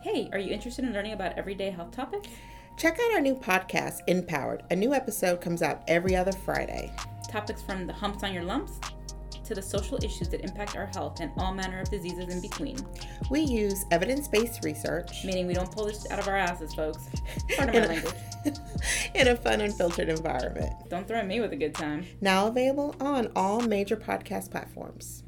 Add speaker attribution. Speaker 1: Hey, are you interested in learning about everyday health topics?
Speaker 2: Check out our new podcast, Empowered. A new episode comes out every other Friday.
Speaker 1: Topics from the humps on your lumps to the social issues that impact our health and all manner of diseases in between.
Speaker 2: We use evidence based research
Speaker 1: Meaning we don't pull this out of our asses, folks. Part of my language.
Speaker 2: in a fun and filtered environment.
Speaker 1: Don't throw me with a good time.
Speaker 2: Now available on all major podcast platforms.